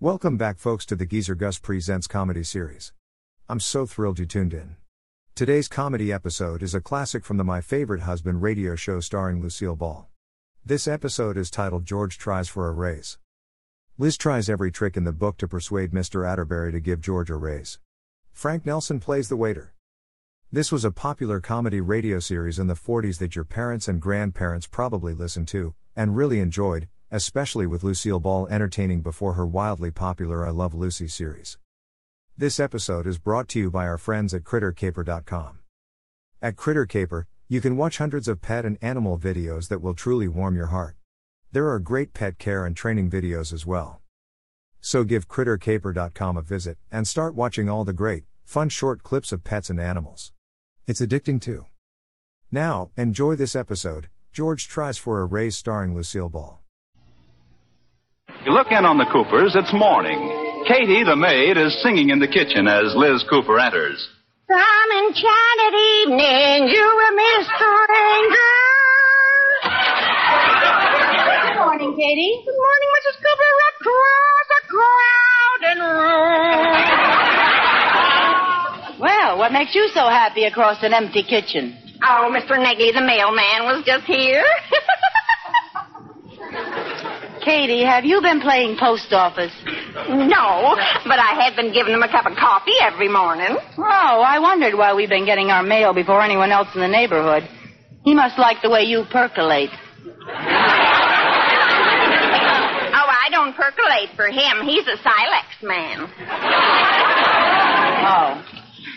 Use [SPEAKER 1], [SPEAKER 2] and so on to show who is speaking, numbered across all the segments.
[SPEAKER 1] Welcome back, folks, to the Geezer Gus Presents Comedy Series. I'm so thrilled you tuned in. Today's comedy episode is a classic from the My Favorite Husband radio show starring Lucille Ball. This episode is titled George Tries for a Raise. Liz tries every trick in the book to persuade Mr. Atterbury to give George a raise. Frank Nelson plays the waiter. This was a popular comedy radio series in the 40s that your parents and grandparents probably listened to and really enjoyed, especially with Lucille Ball entertaining before her wildly popular I Love Lucy series. This episode is brought to you by our friends at CritterCaper.com. At CritterCaper, you can watch hundreds of pet and animal videos that will truly warm your heart. There are great pet care and training videos as well. So give CritterCaper.com a visit and start watching all the great, fun short clips of pets and animals. It's addicting too. Now, enjoy this episode George Tries for a Raise starring Lucille Ball.
[SPEAKER 2] You look in on the Coopers, it's morning. Katie, the maid, is singing in the kitchen as Liz Cooper enters.
[SPEAKER 3] Some enchanted evening, you will miss the ranger. Good morning, Katie. Good morning, Mrs. Cooper. Across a crowded room.
[SPEAKER 4] Well, what makes you so happy across an empty kitchen?
[SPEAKER 3] Oh, Mr. Negley, the mailman, was just here.
[SPEAKER 4] Katie, have you been playing post office?
[SPEAKER 3] No, but I have been giving him a cup of coffee every morning.
[SPEAKER 4] Oh, I wondered why we've been getting our mail before anyone else in the neighborhood. He must like the way you percolate.
[SPEAKER 3] oh, I don't percolate for him. He's a silex man.
[SPEAKER 4] Oh.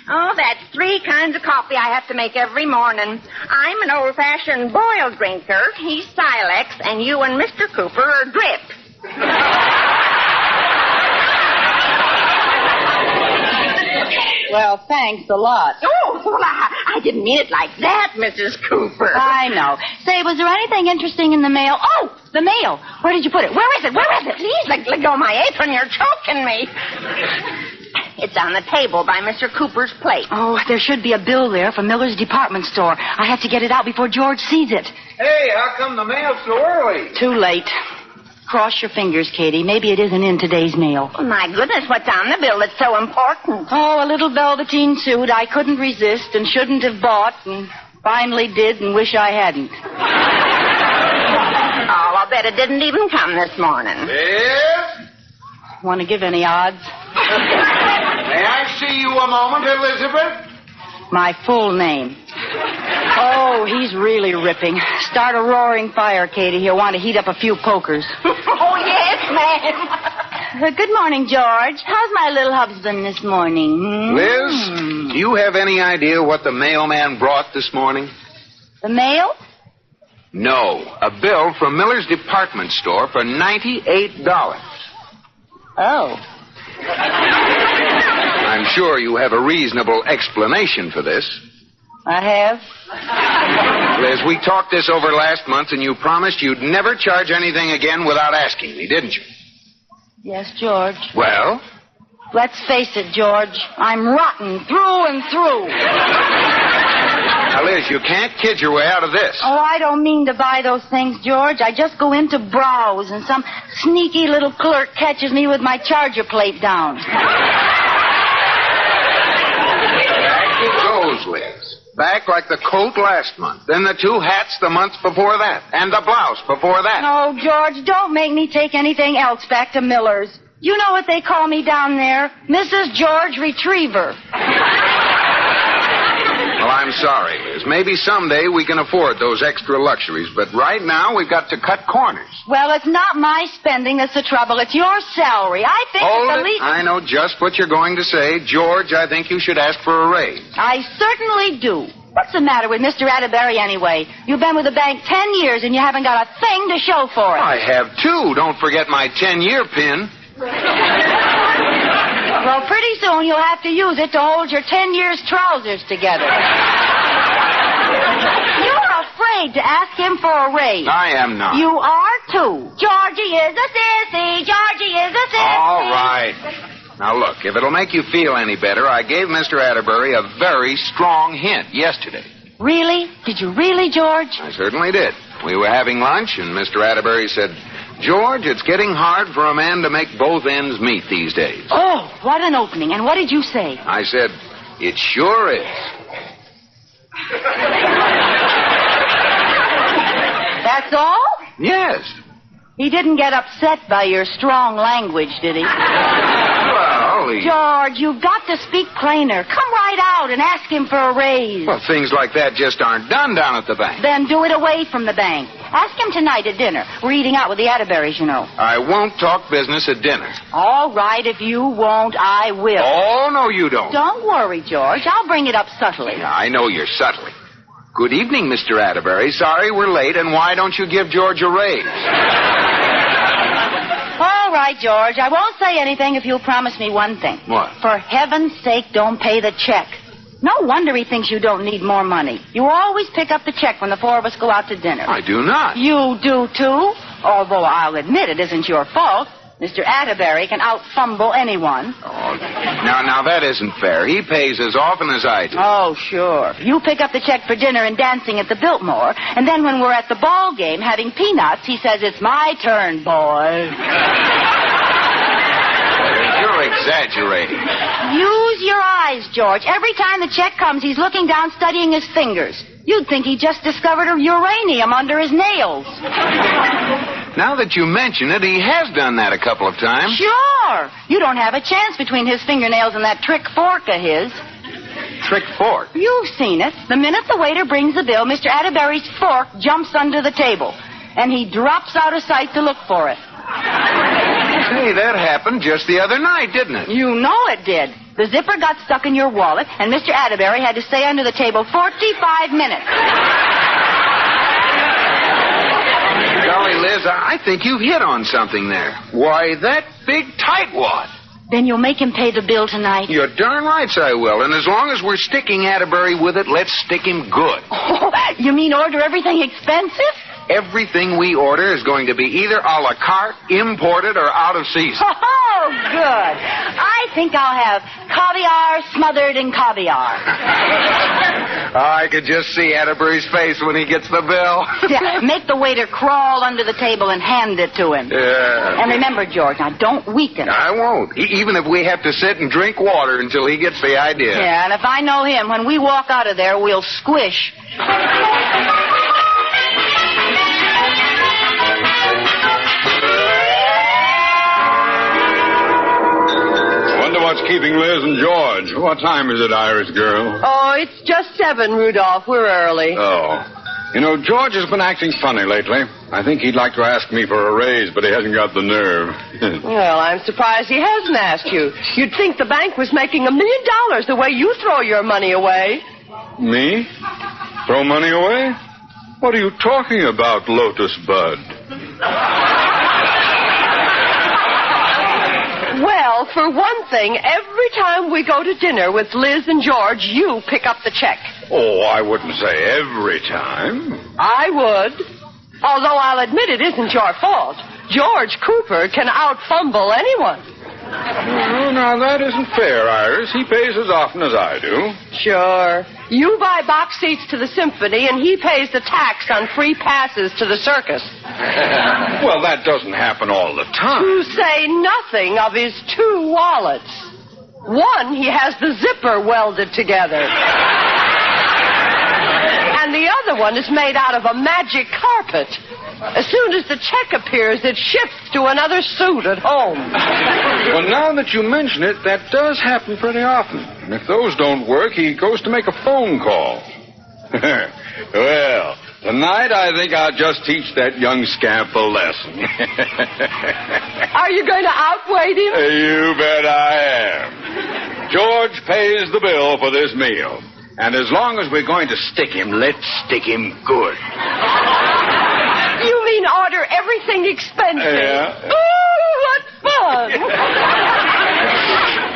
[SPEAKER 3] Oh, that's three kinds of coffee I have to make every morning. I'm an old fashioned boil drinker. He's silex, and you and Mr. Cooper are drip.
[SPEAKER 4] Well, thanks a lot.
[SPEAKER 3] Oh, well, I, I didn't mean it like that, Mrs. Cooper.
[SPEAKER 4] I know. Say, was there anything interesting in the mail? Oh, the mail. Where did you put it? Where is it? Where is it?
[SPEAKER 3] Please let, let go of my apron. You're choking me. It's on the table by Mr. Cooper's plate.
[SPEAKER 4] Oh, there should be a bill there for Miller's department store. I have to get it out before George sees it.
[SPEAKER 5] Hey, how come the mail's so early?
[SPEAKER 4] Too late. Cross your fingers, Katie. Maybe it isn't in today's mail.
[SPEAKER 3] Oh, my goodness, what's on the bill that's so important?
[SPEAKER 4] Oh, a little velveteen suit I couldn't resist and shouldn't have bought and finally did and wish I hadn't.
[SPEAKER 3] oh, I'll bet it didn't even come this morning.
[SPEAKER 5] Yes?
[SPEAKER 4] Want to give any odds?
[SPEAKER 5] May I see you a moment, Elizabeth?
[SPEAKER 4] My full name. Oh, he's really ripping. Start a roaring fire, Katie. He'll want to heat up a few pokers.
[SPEAKER 3] oh, yes, ma'am.
[SPEAKER 4] Uh, Good morning, George. How's my little husband this morning? hmm?
[SPEAKER 5] Liz, do you have any idea what the mailman brought this morning?
[SPEAKER 4] The mail?
[SPEAKER 5] No, a bill from Miller's department store for $98.
[SPEAKER 4] Oh.
[SPEAKER 5] I'm sure you have a reasonable explanation for this.
[SPEAKER 4] I have?
[SPEAKER 5] Liz, we talked this over last month, and you promised you'd never charge anything again without asking me, didn't you?
[SPEAKER 4] Yes, George.
[SPEAKER 5] Well,
[SPEAKER 4] Let's face it, George. I'm rotten through and through.
[SPEAKER 5] now, Liz, you can't kid your way out of this.
[SPEAKER 4] Oh, I don't mean to buy those things, George. I just go in to browse, and some sneaky little clerk catches me with my charger plate down.
[SPEAKER 5] It goes, Liz. Back like the coat last month, then the two hats the month before that, and the blouse before that.
[SPEAKER 4] No, George, don't make me take anything else back to Miller's. You know what they call me down there? Mrs. George Retriever.
[SPEAKER 5] Well, I'm sorry, Liz. Maybe someday we can afford those extra luxuries, but right now we've got to cut corners.
[SPEAKER 4] Well, it's not my spending that's the trouble. It's your salary. I think
[SPEAKER 5] Hold
[SPEAKER 4] it's
[SPEAKER 5] it.
[SPEAKER 4] the least.
[SPEAKER 5] I know just what you're going to say. George, I think you should ask for a raise.
[SPEAKER 4] I certainly do. What's the matter with Mr. Atterbury anyway? You've been with the bank ten years and you haven't got a thing to show for it.
[SPEAKER 5] I have two. Don't forget my 10 year pin.
[SPEAKER 4] Well, pretty soon you'll have to use it to hold your ten years' trousers together. You're afraid to ask him for a raise.
[SPEAKER 5] I am not.
[SPEAKER 4] You are too. Georgie is a sissy. Georgie is a sissy.
[SPEAKER 5] All right. Now, look, if it'll make you feel any better, I gave Mr. Atterbury a very strong hint yesterday.
[SPEAKER 4] Really? Did you really, George?
[SPEAKER 5] I certainly did. We were having lunch, and Mr. Atterbury said, George, it's getting hard for a man to make both ends meet these days.
[SPEAKER 4] Oh, what an opening. And what did you say?
[SPEAKER 5] I said, it sure is.
[SPEAKER 4] That's all?
[SPEAKER 5] Yes.
[SPEAKER 4] He didn't get upset by your strong language, did he?
[SPEAKER 5] Well, he-
[SPEAKER 4] George, you've got to speak plainer. Come right out and ask him for a raise.
[SPEAKER 5] well, things like that just aren't done down at the bank.
[SPEAKER 4] Then do it away from the bank. Ask him tonight at dinner. We're eating out with the Atterberries, you know.
[SPEAKER 5] I won't talk business at dinner.
[SPEAKER 4] All right, if you won't, I will.
[SPEAKER 5] Oh, no, you don't.
[SPEAKER 4] Don't worry, George. I'll bring it up subtly.
[SPEAKER 5] I know you're subtly. Good evening, Mr. Atterbury. Sorry we're late, and why don't you give George a raise?
[SPEAKER 4] All right, George. I won't say anything if you'll promise me one thing.
[SPEAKER 5] What?
[SPEAKER 4] For heaven's sake, don't pay the check. No wonder he thinks you don't need more money. You always pick up the check when the four of us go out to dinner.
[SPEAKER 5] I do not.
[SPEAKER 4] You do too, although I'll admit it isn't your fault. Mr. Atterbury can out fumble anyone.
[SPEAKER 5] Oh, now, now that isn't fair. He pays as often as I do.
[SPEAKER 4] Oh, sure. You pick up the check for dinner and dancing at the Biltmore, and then when we're at the ball game having peanuts, he says, It's my turn, boy.
[SPEAKER 5] You're exaggerating.
[SPEAKER 4] Use your eyes, George. Every time the check comes, he's looking down, studying his fingers. You'd think he just discovered a uranium under his nails.
[SPEAKER 5] Now that you mention it, he has done that a couple of times.
[SPEAKER 4] Sure. You don't have a chance between his fingernails and that trick fork of his.
[SPEAKER 5] Trick fork.
[SPEAKER 4] You've seen it. The minute the waiter brings the bill, Mr. Atterbury's fork jumps under the table, and he drops out of sight to look for it.
[SPEAKER 5] Hey, that happened just the other night, didn't it?
[SPEAKER 4] You know it did. The zipper got stuck in your wallet, and Mr. Atterbury had to stay under the table 45 minutes.
[SPEAKER 5] Golly, Liz, I I think you've hit on something there. Why, that big tightwad.
[SPEAKER 4] Then you'll make him pay the bill tonight.
[SPEAKER 5] You're darn right I will. And as long as we're sticking Atterbury with it, let's stick him good.
[SPEAKER 4] you mean order everything expensive?
[SPEAKER 5] Everything we order is going to be either a la carte, imported, or out of season.
[SPEAKER 4] Oh, good. I think I'll have caviar smothered in caviar.
[SPEAKER 5] I could just see Atterbury's face when he gets the bill.
[SPEAKER 4] Yeah, make the waiter crawl under the table and hand it to him.
[SPEAKER 5] yeah.
[SPEAKER 4] And remember, George, now don't weaken.
[SPEAKER 5] I won't. E- even if we have to sit and drink water until he gets the idea.
[SPEAKER 4] Yeah, and if I know him, when we walk out of there, we'll squish.
[SPEAKER 6] Wonder what's keeping Liz and George. What time is it, Irish girl?
[SPEAKER 7] Oh, it's just seven, Rudolph. We're early.
[SPEAKER 6] Oh. You know, George has been acting funny lately. I think he'd like to ask me for a raise, but he hasn't got the nerve.
[SPEAKER 7] well, I'm surprised he hasn't asked you. You'd think the bank was making a million dollars the way you throw your money away.
[SPEAKER 6] me? Throw money away? What are you talking about, Lotus Bud?
[SPEAKER 7] Well, for one thing, every time we go to dinner with Liz and George, you pick up the check.
[SPEAKER 6] Oh, I wouldn't say every time.
[SPEAKER 7] I would. Although I'll admit it isn't your fault. George Cooper can out fumble anyone.
[SPEAKER 6] Well, Oh, now, that isn't fair, Iris. He pays as often as I do.
[SPEAKER 7] Sure. You buy box seats to the symphony, and he pays the tax on free passes to the circus.
[SPEAKER 6] Well, that doesn't happen all the time.
[SPEAKER 7] To say nothing of his two wallets. One, he has the zipper welded together. and the other one is made out of a magic carpet. As soon as the check appears, it shifts to another suit at home.
[SPEAKER 6] Well, now that you mention it, that does happen pretty often. And if those don't work, he goes to make a phone call. well, tonight I think I'll just teach that young scamp a lesson.
[SPEAKER 7] Are you going to outweight him?
[SPEAKER 6] Uh, you bet I am. George pays the bill for this meal. And as long as we're going to stick him, let's stick him good.
[SPEAKER 7] You mean order everything expensive?
[SPEAKER 6] Yeah.
[SPEAKER 7] Ooh, what fun!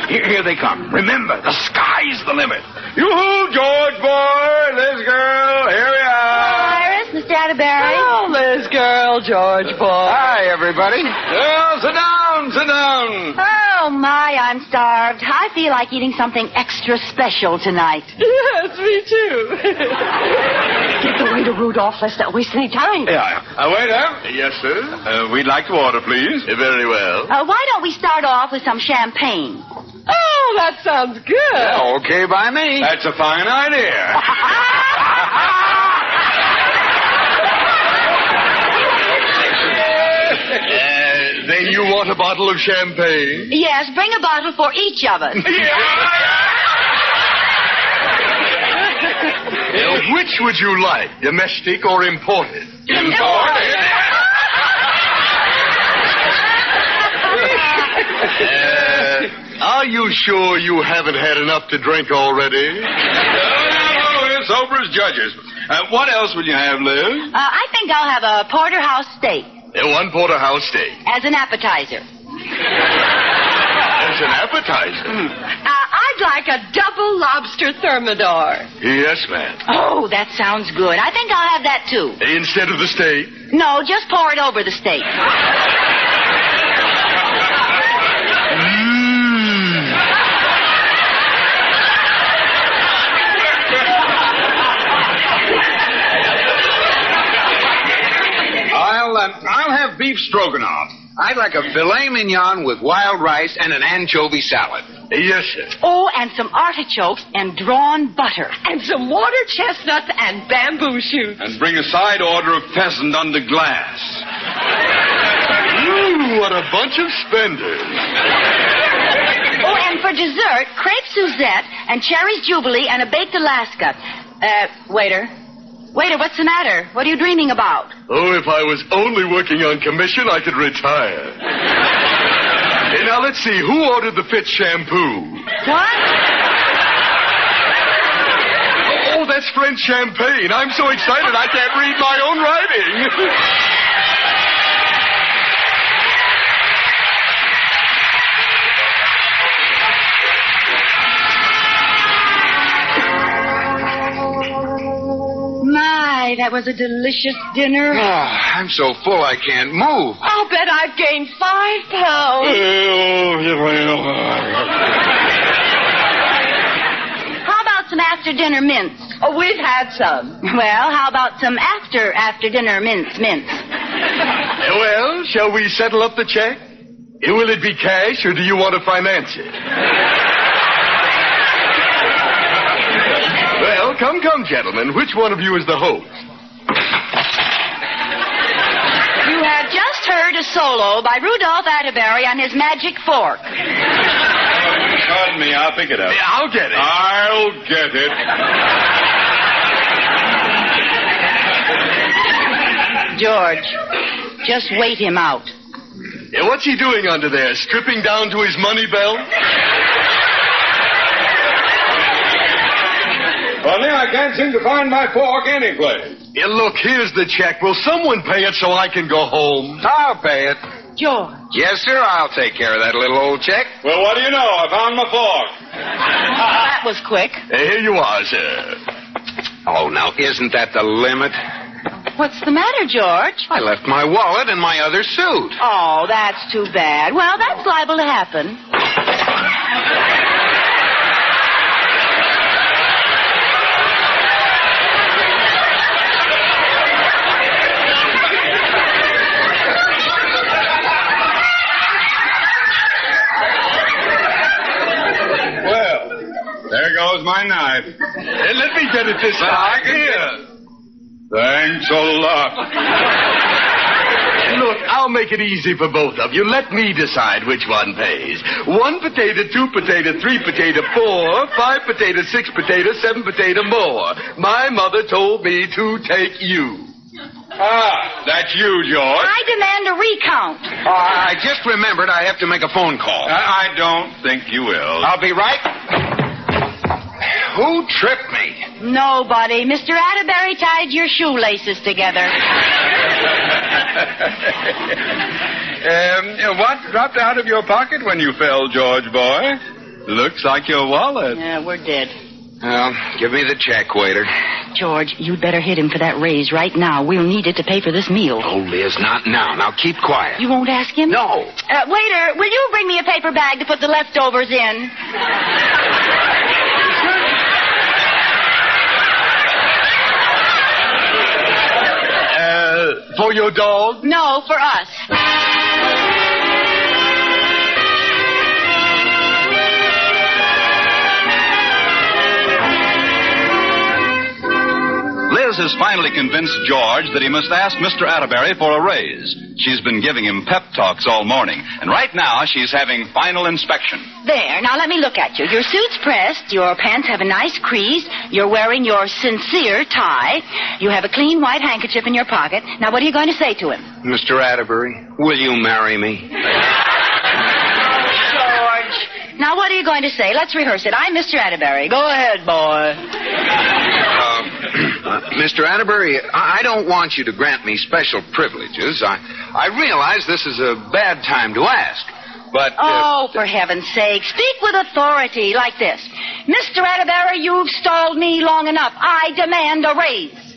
[SPEAKER 6] Here, here they come. Remember, the sky's the limit. Yoo-hoo, George boy, this girl, here we are.
[SPEAKER 4] Iris, Mr. Atterbury.
[SPEAKER 7] Oh, Liz girl, George boy.
[SPEAKER 5] Hi, everybody.
[SPEAKER 6] Well, sit down, sit down.
[SPEAKER 4] Oh, Oh, my, I'm starved. I feel like eating something extra special tonight.
[SPEAKER 3] Yes, me too. Get the waiter, Rudolph. Let's not waste any time.
[SPEAKER 5] Yeah. Uh, waiter? Yes, sir? Uh, we'd like to order, please. very well.
[SPEAKER 4] Uh, why don't we start off with some champagne?
[SPEAKER 3] Oh, that sounds good.
[SPEAKER 8] Okay by me.
[SPEAKER 5] That's a fine idea.
[SPEAKER 6] Uh,
[SPEAKER 5] uh, then you want a bottle of champagne?
[SPEAKER 4] Yes, bring a bottle for each of us.
[SPEAKER 5] Uh, which would you like, domestic or imported? Imported. Uh, are you sure you haven't had enough to drink already? No, no, Oh, no, we're sober as judges. Uh, what else would you have, Liz?
[SPEAKER 4] Uh, I think I'll have a porterhouse steak
[SPEAKER 5] Uh, one porterhouse steak.
[SPEAKER 4] as an appetizer.
[SPEAKER 5] That's an appetizer.
[SPEAKER 3] Uh, I'd like a double lobster thermidor.
[SPEAKER 5] Yes, ma'am.
[SPEAKER 4] Oh, that sounds good. I think I'll have that too.
[SPEAKER 5] Instead of the steak.
[SPEAKER 4] No, just pour it over the steak.
[SPEAKER 8] I'll,
[SPEAKER 5] uh,
[SPEAKER 8] um, I'll have beef stroganoff. I'd like a filet mignon with wild rice and an anchovy salad.
[SPEAKER 5] Yes, sir.
[SPEAKER 4] Oh, and some artichokes and drawn butter.
[SPEAKER 3] And some water chestnuts and bamboo shoots.
[SPEAKER 5] And bring a side order of pheasant under glass. Ooh, what a bunch of spenders.
[SPEAKER 4] Oh, and for dessert, crepe Suzette and cherries Jubilee and a baked Alaska. Uh, waiter. Waiter, what's the matter? What are you dreaming about?
[SPEAKER 5] Oh, if I was only working on commission, I could retire. hey, now let's see. Who ordered the Fitz shampoo?
[SPEAKER 4] What?
[SPEAKER 5] Oh, that's French champagne. I'm so excited I can't read my own writing.
[SPEAKER 4] My, that was a delicious dinner.
[SPEAKER 8] Oh, I'm so full I can't move.
[SPEAKER 3] I'll bet I've gained five pounds.
[SPEAKER 4] Hmm. How about some after dinner mints?
[SPEAKER 3] Oh, we've had some.
[SPEAKER 4] Well, how about some after after dinner mints mints?
[SPEAKER 5] well, shall we settle up the check? Eh, Will it be cash or do you want to finance it? well, come, come, gentlemen. Which one of you is the host?
[SPEAKER 4] You have just heard a solo by Rudolph Atterbury on his magic fork.
[SPEAKER 6] Pardon me, I'll pick it up.
[SPEAKER 5] I'll get it.
[SPEAKER 6] I'll get it.
[SPEAKER 4] George, just wait him out.
[SPEAKER 5] Yeah, what's he doing under there? Stripping down to his money belt?
[SPEAKER 6] Well, now I can't seem to find my fork anyplace.
[SPEAKER 5] Yeah, look, here's the check. Will someone pay it so I can go home?
[SPEAKER 8] I'll pay it.
[SPEAKER 4] George.
[SPEAKER 8] Yes, sir, I'll take care of that little old check.
[SPEAKER 6] Well, what do you know? I found my fork.
[SPEAKER 4] That was quick.
[SPEAKER 5] Uh, here you are, sir.
[SPEAKER 8] Oh, now, isn't that the limit?
[SPEAKER 4] What's the matter, George?
[SPEAKER 8] I left my wallet and my other suit.
[SPEAKER 4] Oh, that's too bad. Well, that's liable to happen.
[SPEAKER 6] Well, there goes my knife.
[SPEAKER 5] Hey, let me get it this time. I
[SPEAKER 6] Thanks a lot.
[SPEAKER 5] Look, I'll make it easy for both of you. Let me decide which one pays. One potato, two potato, three potato, four, five potato, six potato, seven potato more. My mother told me to take you.
[SPEAKER 6] Ah, that's you, George.
[SPEAKER 4] I demand a recount.
[SPEAKER 5] Uh,
[SPEAKER 8] Oh, I just remembered I have to make a phone call.
[SPEAKER 6] Uh, I, I don't think you will.
[SPEAKER 8] I'll be right. Who tripped me?
[SPEAKER 4] Nobody. Mr. Atterbury tied your shoelaces together.
[SPEAKER 6] Um, what dropped out of your pocket when you fell, George boy? Looks like your wallet.
[SPEAKER 4] Yeah, we're dead.
[SPEAKER 5] Well, give me the check, waiter.
[SPEAKER 4] George, you'd better hit him for that raise right now. We'll need it to pay for this meal.
[SPEAKER 5] Oh, Liz, not now. Now keep quiet.
[SPEAKER 4] You won't ask him? Uh,
[SPEAKER 5] No.
[SPEAKER 4] waiter, will you bring me a paper bag to put the leftovers in?
[SPEAKER 6] Uh, for your dog?
[SPEAKER 4] No, for us.
[SPEAKER 2] Liz has finally convinced George that he must ask Mr. Atterbury for a raise. She's been giving him pep talks all morning, and right now she's having final inspection.
[SPEAKER 4] There, now let me look at you. Your suit's pressed, your pants have a nice crease, you're wearing your sincere tie, you have a clean white handkerchief in your pocket. Now, what are you going to say to him?
[SPEAKER 5] Mr. Atterbury, will you marry me?
[SPEAKER 4] George. Now, what are you going to say? Let's rehearse it. I'm Mr. Atterbury. Go ahead, boy.
[SPEAKER 5] Uh, Mr. Atterbury, I I don't want you to grant me special privileges. I, I realize this is a bad time to ask, but. uh,
[SPEAKER 4] Oh, for heaven's sake, speak with authority like this. Mr. Atterbury, you've stalled me long enough. I demand a raise.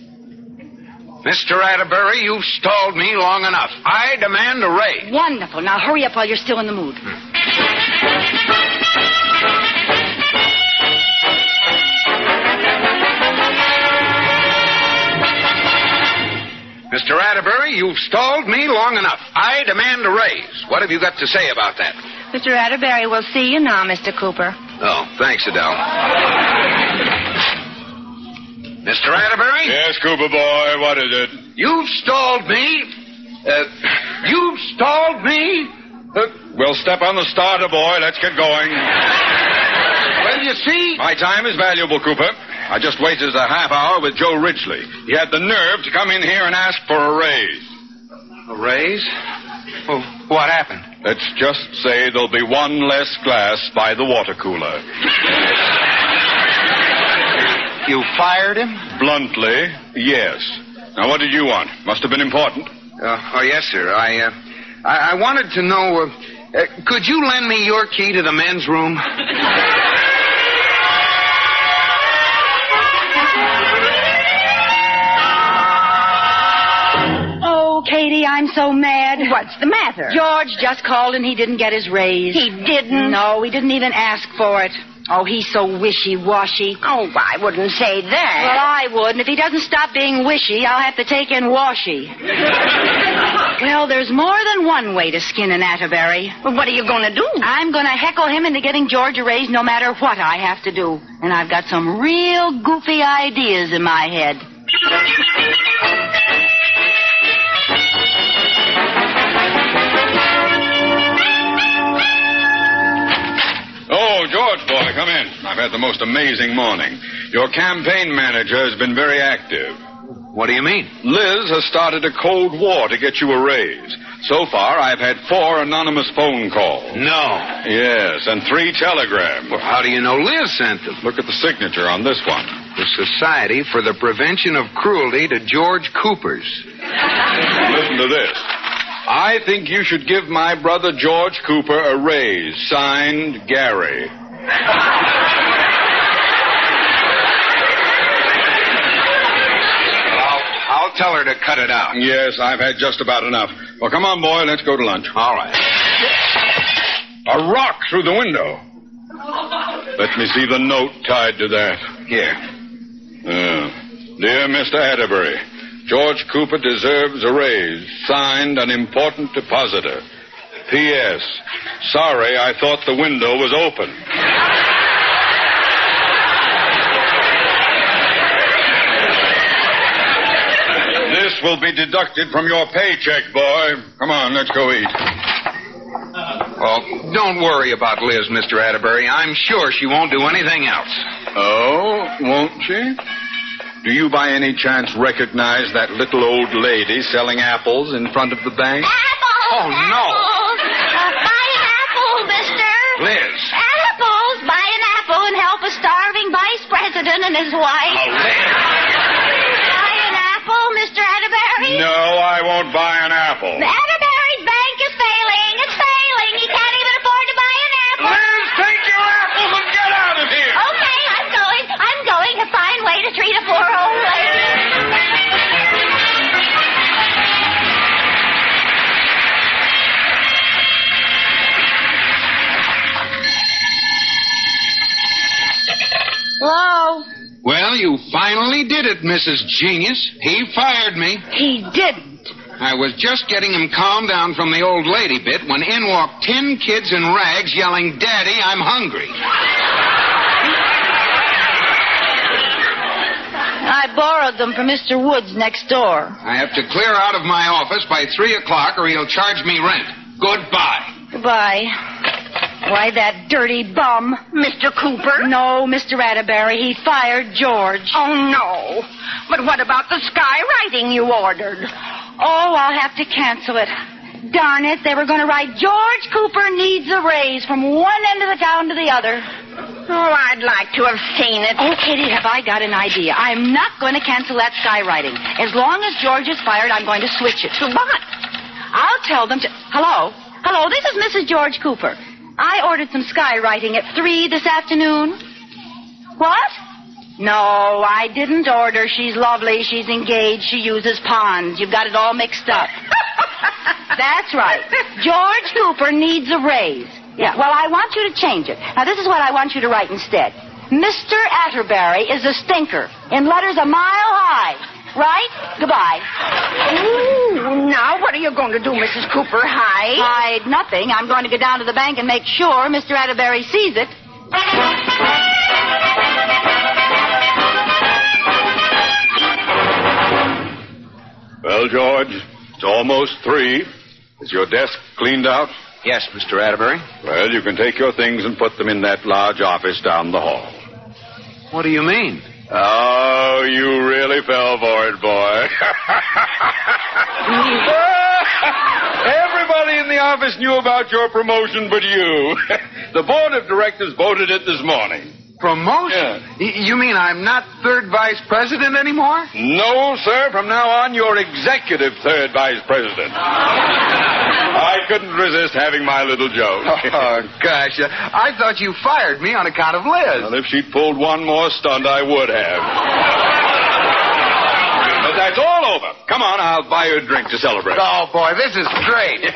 [SPEAKER 5] Mr. Atterbury, you've stalled me long enough. I demand a raise.
[SPEAKER 4] Wonderful. Now hurry up while you're still in the mood.
[SPEAKER 5] Mr. Atterbury, you've stalled me long enough. I demand a raise. What have you got to say about that?
[SPEAKER 3] Mr. Atterbury will see you now, Mr. Cooper.
[SPEAKER 5] Oh, thanks, Adele. Mr. Atterbury?
[SPEAKER 6] Yes, Cooper boy, what is it?
[SPEAKER 5] You've stalled me. Uh, you've stalled me. Uh,
[SPEAKER 6] We'll step on the starter, boy. Let's get going.
[SPEAKER 5] well, you see.
[SPEAKER 6] My time is valuable, Cooper. I just wasted a half hour with Joe Ridgely. He had the nerve to come in here and ask for a raise.
[SPEAKER 5] A raise? Well, what happened?
[SPEAKER 6] Let's just say there'll be one less glass by the water cooler.
[SPEAKER 5] You fired him?
[SPEAKER 6] Bluntly, yes. Now, what did you want? Must have been important.
[SPEAKER 5] Uh, oh, yes, sir. I, uh, I, I wanted to know. Uh, uh, could you lend me your key to the men's room?
[SPEAKER 4] Oh, Katie, I'm so mad.
[SPEAKER 3] What's the matter?
[SPEAKER 4] George just called and he didn't get his raise.
[SPEAKER 3] He didn't?
[SPEAKER 4] No, he didn't even ask for it. Oh, he's so wishy-washy.
[SPEAKER 3] Oh, I wouldn't say
[SPEAKER 4] Well,
[SPEAKER 3] that.
[SPEAKER 4] I would, and if he doesn't stop being wishy, I'll have to take in washy. well, there's more than one way to skin an Atterbury.
[SPEAKER 3] Well, what are you going to do?
[SPEAKER 4] I'm going to heckle him into getting George a raise no matter what I have to do. And I've got some real goofy ideas in my head.
[SPEAKER 6] Oh, George, boy, come in. I've had the most amazing morning. Your campaign manager has been very active.
[SPEAKER 5] What do you mean?
[SPEAKER 6] Liz has started a cold war to get you a raise. So far, I've had four anonymous phone
[SPEAKER 5] Hmm.
[SPEAKER 6] calls.
[SPEAKER 5] No.
[SPEAKER 6] Yes, and three telegrams.
[SPEAKER 5] Well, how do you know Liz sent them?
[SPEAKER 6] Look at the signature on this one.
[SPEAKER 5] The Society for the Prevention of Cruelty to George Coopers.
[SPEAKER 6] Listen to this. I think you should give my brother George Cooper a raise. Signed, Gary.
[SPEAKER 5] I'll, I'll tell her to cut it out.
[SPEAKER 6] Yes, I've had just about enough. Well, come on, boy, let's go to lunch.
[SPEAKER 5] All right.
[SPEAKER 6] A rock through the window. Let me see the note tied to that.
[SPEAKER 5] Here.
[SPEAKER 6] Uh, Dear Mr. Atterbury, George Cooper deserves a raise. Signed, an important depositor. P.S. Sorry, I thought the window was open. this will be deducted from your paycheck, boy. Come on, let's go eat.
[SPEAKER 5] Well, don't worry about Liz, Mr. Atterbury. I'm sure she won't do anything else.
[SPEAKER 6] Oh, won't she? Do you by any chance recognize that little old lady selling apples in front of the bank?
[SPEAKER 3] Apples!
[SPEAKER 5] Oh, no.
[SPEAKER 3] apples. Uh, buy an apple, mister!
[SPEAKER 5] Liz.
[SPEAKER 3] Apples! Buy an apple and help a starving vice president and his wife.
[SPEAKER 5] Oh, Liz.
[SPEAKER 3] Buy an apple, Mr. Atterbury?
[SPEAKER 6] No, I won't buy an apple.
[SPEAKER 3] The Atterbury's bank is failing. It's failing. He can't even afford to buy an apple.
[SPEAKER 6] Liz, take your apples and get out of here!
[SPEAKER 3] Okay, I'm going. I'm
[SPEAKER 4] Hello?
[SPEAKER 5] Well, you finally did it, Mrs. Genius. He fired me.
[SPEAKER 4] He didn't.
[SPEAKER 5] I was just getting him calmed down from the old lady bit when in walked ten kids in rags yelling, Daddy, I'm hungry.
[SPEAKER 4] I borrowed them from Mr. Woods next door.
[SPEAKER 5] I have to clear out of my office by three o'clock or he'll charge me rent. Goodbye.
[SPEAKER 4] Goodbye. Why, that dirty bum.
[SPEAKER 3] Mr. Cooper?
[SPEAKER 4] No, Mr. Atterbury, he fired George.
[SPEAKER 3] Oh, no. But what about the skywriting you ordered?
[SPEAKER 4] Oh, I'll have to cancel it. Darn it, they were going to write George Cooper needs a raise from one end of the town to the other.
[SPEAKER 3] Oh, I'd like to have seen it.
[SPEAKER 4] Oh, Katie, have I got an idea? I'm not going to cancel that skywriting. As long as George is fired, I'm going to switch it. To what? I'll tell them to. Hello? Hello, this is Mrs. George Cooper. I ordered some skywriting at 3 this afternoon. What? No, I didn't order. She's lovely. She's engaged. She uses ponds. You've got it all mixed up. That's right. George Cooper needs a raise. Yeah, well, I want you to change it. Now, this is what I want you to write instead. Mr. Atterbury is a stinker in letters a mile high. Right? Goodbye.
[SPEAKER 3] Ooh, now what are you going to do, Mrs. Cooper? Hide?
[SPEAKER 4] Hide nothing. I'm going to go down to the bank and make sure Mr. Atterbury sees it.
[SPEAKER 6] Well, George, it's almost three. Is your desk cleaned out?
[SPEAKER 5] Yes, Mr. Atterbury.
[SPEAKER 6] Well, you can take your things and put them in that large office down the hall.
[SPEAKER 5] What do you mean?
[SPEAKER 6] Oh, you really fell for it, boy. Everybody in the office knew about your promotion but you. the board of directors voted it this morning.
[SPEAKER 5] Promotion?
[SPEAKER 6] Yeah.
[SPEAKER 5] Y- you mean I'm not third vice president anymore?
[SPEAKER 6] No, sir. From now on, you're executive third vice president. I couldn't resist having my little
[SPEAKER 5] Oh,
[SPEAKER 6] joke.
[SPEAKER 5] gosh. uh, I thought you fired me on account of
[SPEAKER 6] well,
[SPEAKER 5] Liz.
[SPEAKER 6] if she'd pulled one more stunt, I would have. but that's all over. Come on, I'll buy you a drink to celebrate.
[SPEAKER 5] Oh, boy, this is great.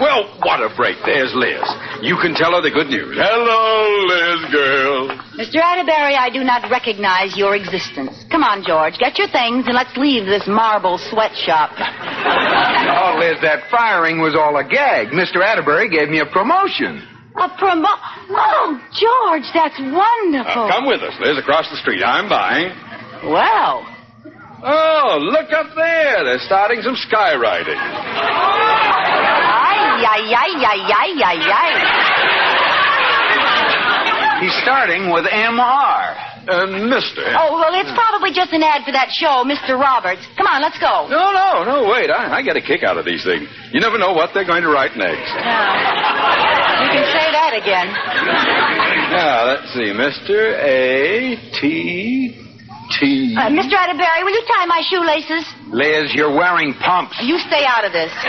[SPEAKER 6] Well, what a break. There's Liz. You can tell her the good news. Hello, Liz girl.
[SPEAKER 4] Mr. Atterbury, I do not recognize your existence. Come on, George, get your things and let's leave this marble sweatshop.
[SPEAKER 5] Oh, Liz, that firing was all a gag. Mr. Atterbury gave me a promotion.
[SPEAKER 4] A promo? Oh, George, that's wonderful.
[SPEAKER 6] Uh, come with us, Liz, across the street. I'm buying.
[SPEAKER 4] well,
[SPEAKER 6] Oh, look up there. They're starting some skywriting.
[SPEAKER 4] ay, ay, ay, ay, ay, ay, ay.
[SPEAKER 5] He's starting with M.R.
[SPEAKER 6] Uh, mister.
[SPEAKER 4] Oh, well, it's probably just an ad for that show, Mr. Roberts. Come on, let's go.
[SPEAKER 6] No, no, no, wait. I, I get a kick out of these things. You never know what they're going to write next.
[SPEAKER 4] You can say that again.
[SPEAKER 6] Now, let's see. Mr. A. T. T.
[SPEAKER 4] Uh, Mr. Atterbury, will you tie my shoelaces?
[SPEAKER 5] Liz, you're wearing pumps.
[SPEAKER 4] You stay out of this.
[SPEAKER 6] Oh,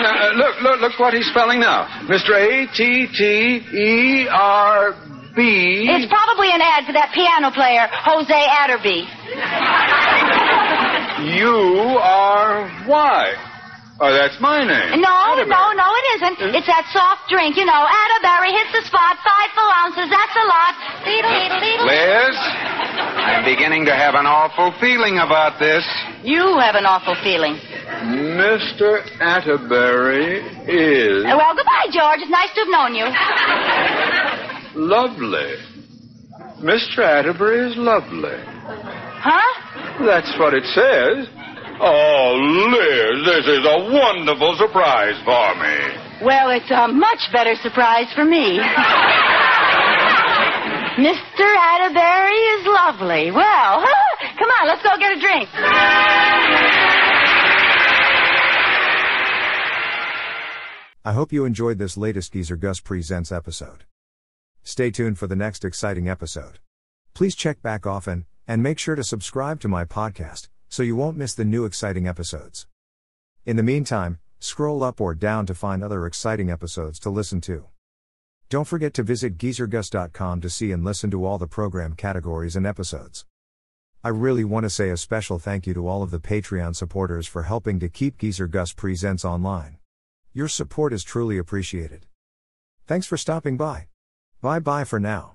[SPEAKER 6] now, uh, look, look, look what he's spelling now. Mr. A. T. T. E. R. B.
[SPEAKER 4] It's probably an ad for that piano player, Jose Atterby.
[SPEAKER 6] U R Y. Oh, that's my name.
[SPEAKER 4] No,
[SPEAKER 6] Atterbury.
[SPEAKER 4] no, no, it isn't. It's that soft drink, you know. Atterbury hits the spot, five full ounces. That's a lot. Deedle, deedle, deedle.
[SPEAKER 5] Liz, I'm beginning to have an awful feeling about this.
[SPEAKER 4] You have an awful feeling.
[SPEAKER 6] Mr. Atterbury is
[SPEAKER 4] Uh, Well, goodbye, George. It's nice to have known you.
[SPEAKER 6] lovely. Mr. Atterbury is lovely.
[SPEAKER 4] Huh?
[SPEAKER 6] That's what it says. Oh, Liz, this is a wonderful surprise for me.
[SPEAKER 4] Well, it's a much better surprise for me. Mr. Atterbury is lovely. Well, come on, let's go get a drink.
[SPEAKER 1] I hope you enjoyed this latest Geezer Gus Presents episode. Stay tuned for the next exciting episode. Please check back often, and make sure to subscribe to my podcast, so you won't miss the new exciting episodes. In the meantime, scroll up or down to find other exciting episodes to listen to. Don't forget to visit geezergus.com to see and listen to all the program categories and episodes. I really want to say a special thank you to all of the Patreon supporters for helping to keep Geezer Gus Presents online. Your support is truly appreciated. Thanks for stopping by. Bye bye for now.